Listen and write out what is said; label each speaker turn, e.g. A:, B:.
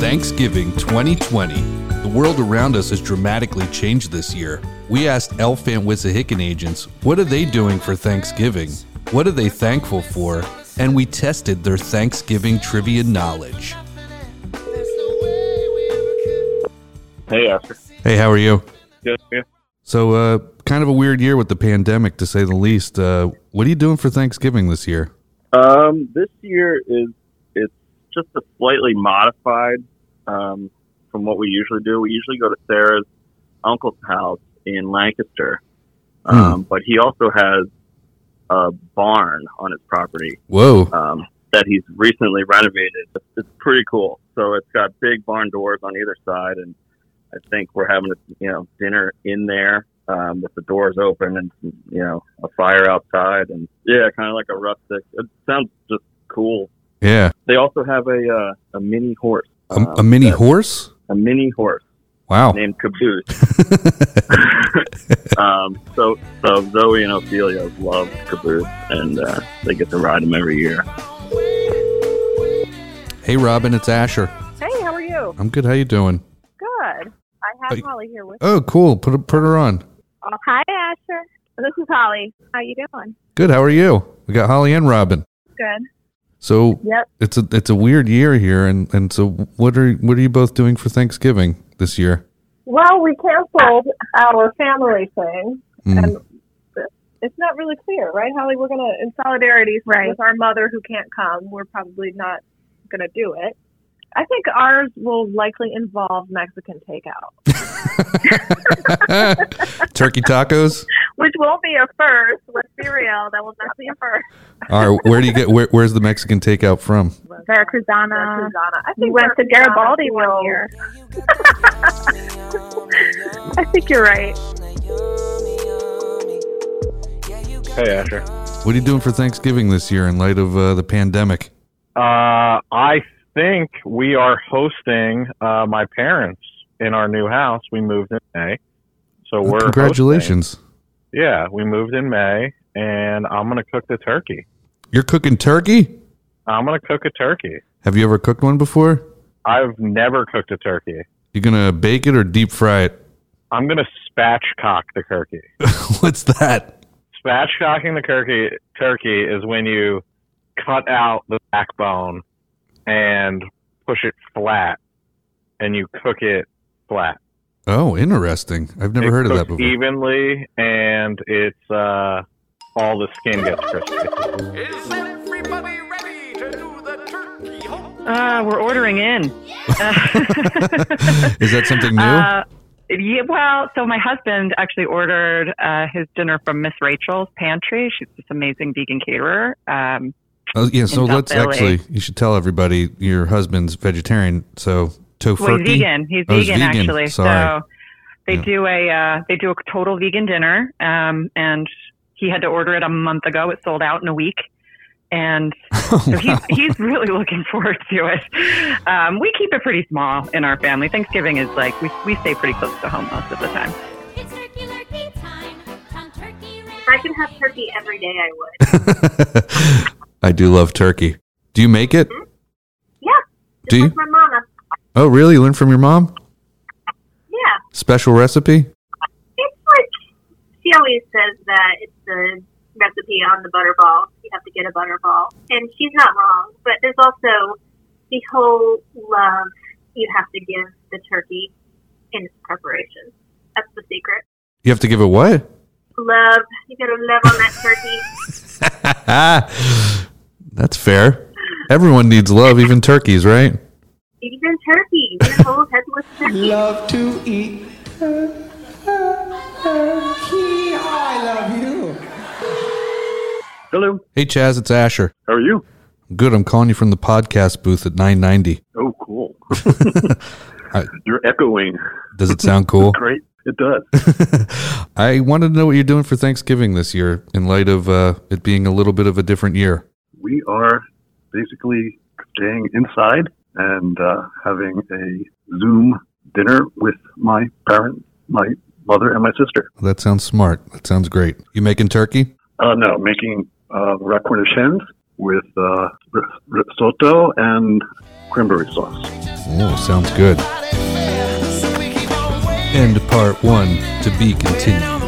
A: Thanksgiving 2020. The world around us has dramatically changed this year. We asked Elf and Wissahickon agents, what are they doing for Thanksgiving? What are they thankful for? And we tested their Thanksgiving trivia knowledge.
B: Hey, Oscar.
A: Hey, how are you?
B: Good. Yeah.
A: So, uh, kind of a weird year with the pandemic, to say the least. Uh, what are you doing for Thanksgiving this year?
B: Um, this year is it's just a slightly modified um, from what we usually do. We usually go to Sarah's uncle's house in Lancaster, um, but he also has a barn on his property
A: Whoa.
B: um, that he's recently renovated. It's, it's pretty cool. So it's got big barn doors on either side, and I think we're having a you know dinner in there um, with the doors open and you know a fire outside, and yeah, kind of like a rustic. It sounds just cool.
A: Yeah.
B: They also have a uh, a mini horse,
A: A,
B: um,
A: a mini
B: that-
A: horse?
B: a mini horse
A: Wow.
B: named Caboose. um, so so Zoe and Ophelia love Caboose, and uh, they get to ride him every year.
A: Hey, Robin, it's Asher.
C: Hey, how are you?
A: I'm good. How you doing?
C: Good. I have
A: Hey.
C: Holly here with.
A: Oh, cool. Put, put her on.
C: Oh, hi, Asher. This is Holly. How you doing?
A: Good. How are you? We got Holly and Robin.
C: Good.
A: So
C: Yep.
A: it's a it's a weird year here, and and so what are what are you both doing for Thanksgiving this year?
C: Well, we canceled our family thing.
A: Mm.
C: And it's not really clear, right, Holly? We're gonna, in solidarity with our mother who can't come, we're probably not gonna do it. I think ours will likely involve Mexican takeout,
A: Turkey tacos.
C: which won't be a first. Let's be real, that will not be a first.
A: All right, where do you get where, where's the Mexican takeout from?
D: Veracruzana.
C: I
D: We went to Garibaldi one year.
C: I think you're right.
B: Hey, Asher.
A: What are you doing for Thanksgiving this year in light of uh, the pandemic?
E: Uh, I think we are hosting uh, my parents in our new house. We moved in May, so
A: Oh,
E: we're
A: Congratulations!
E: hosting. Yeah, we moved in May, and I'm gonna cook the turkey.
A: You're cooking turkey.
E: I'm gonna cook a turkey.
A: Have you ever cooked one before?
E: I've never cooked a turkey.
A: You gonna bake it or deep fry it?
E: I'm gonna spatchcock the turkey.
A: What's that?
E: Spatchcocking the turkey turkey is when you cut out the backbone and push it flat, and you cook it flat.
A: Oh, interesting. I've never
E: It
A: heard of that
E: cooks
A: before.
E: Evenly, and it's uh, all the skin gets crispy.
F: Is everybody ready to do the turkey hump?
G: Uh, we're ordering in.
A: Is that something new?
G: Uh, yeah, well, so my husband actually ordered uh, his dinner from Miss Rachel's pantry. She's this amazing vegan caterer. Um,
A: Oh, yeah, so
G: South
A: let's
G: LA.
A: actually, you should tell everybody your husband's vegetarian. So, tofurkey.
G: well, he's vegan. He's
A: Oh, he's
G: vegan,
A: vegan.
G: actually.
A: Sorry.
G: So they
A: Yeah.
G: do a uh, they do a total vegan dinner, um, and he had to order it a month ago. It sold out in a week, and so he's he's really looking forward to it. Um, we keep it pretty small in our family. Thanksgiving is like we we stay pretty close to home most of the time.
H: It's turkey lurkey time. Tom Turkey ran.
D: I can have turkey every day. I would.
A: I do love turkey. Do you make it?
D: Yeah.
A: Do you?
D: With my mama.
A: Oh, really? You learned from your mom?
D: Yeah.
A: Special recipe?
D: It's like she always says that it's the recipe on the butterball. You have to get a butterball, and she's not wrong. But there's also the whole love you have to give the turkey in its preparation. That's the secret.
A: You have to give it what?
D: Love. You got to love on that turkey.
A: Ah, That's fair. Everyone needs love, even turkeys, right?
D: Even turkey. Your whole headless turkey.
F: Love to eat turkey. I love you.
B: Hello.
A: Hey, Chaz, it's Asher.
B: How are you?
A: Good. I'm calling you from the podcast booth at 990.
B: Oh, cool.
A: I-
B: You're echoing.
A: Does it sound cool?
B: Great. It does.
A: I wanted to know what you're doing for Thanksgiving this year in light of uh, it being a little bit of a different year.
I: we are basically staying inside and uh, having a Zoom dinner with my parents, my mother, and my sister.
A: That sounds smart. That sounds great. You making turkey?
I: Uh, no, making uh, racornichons with uh, r- risotto and cranberry sauce.
A: Oh, sounds good. End part one to be continued.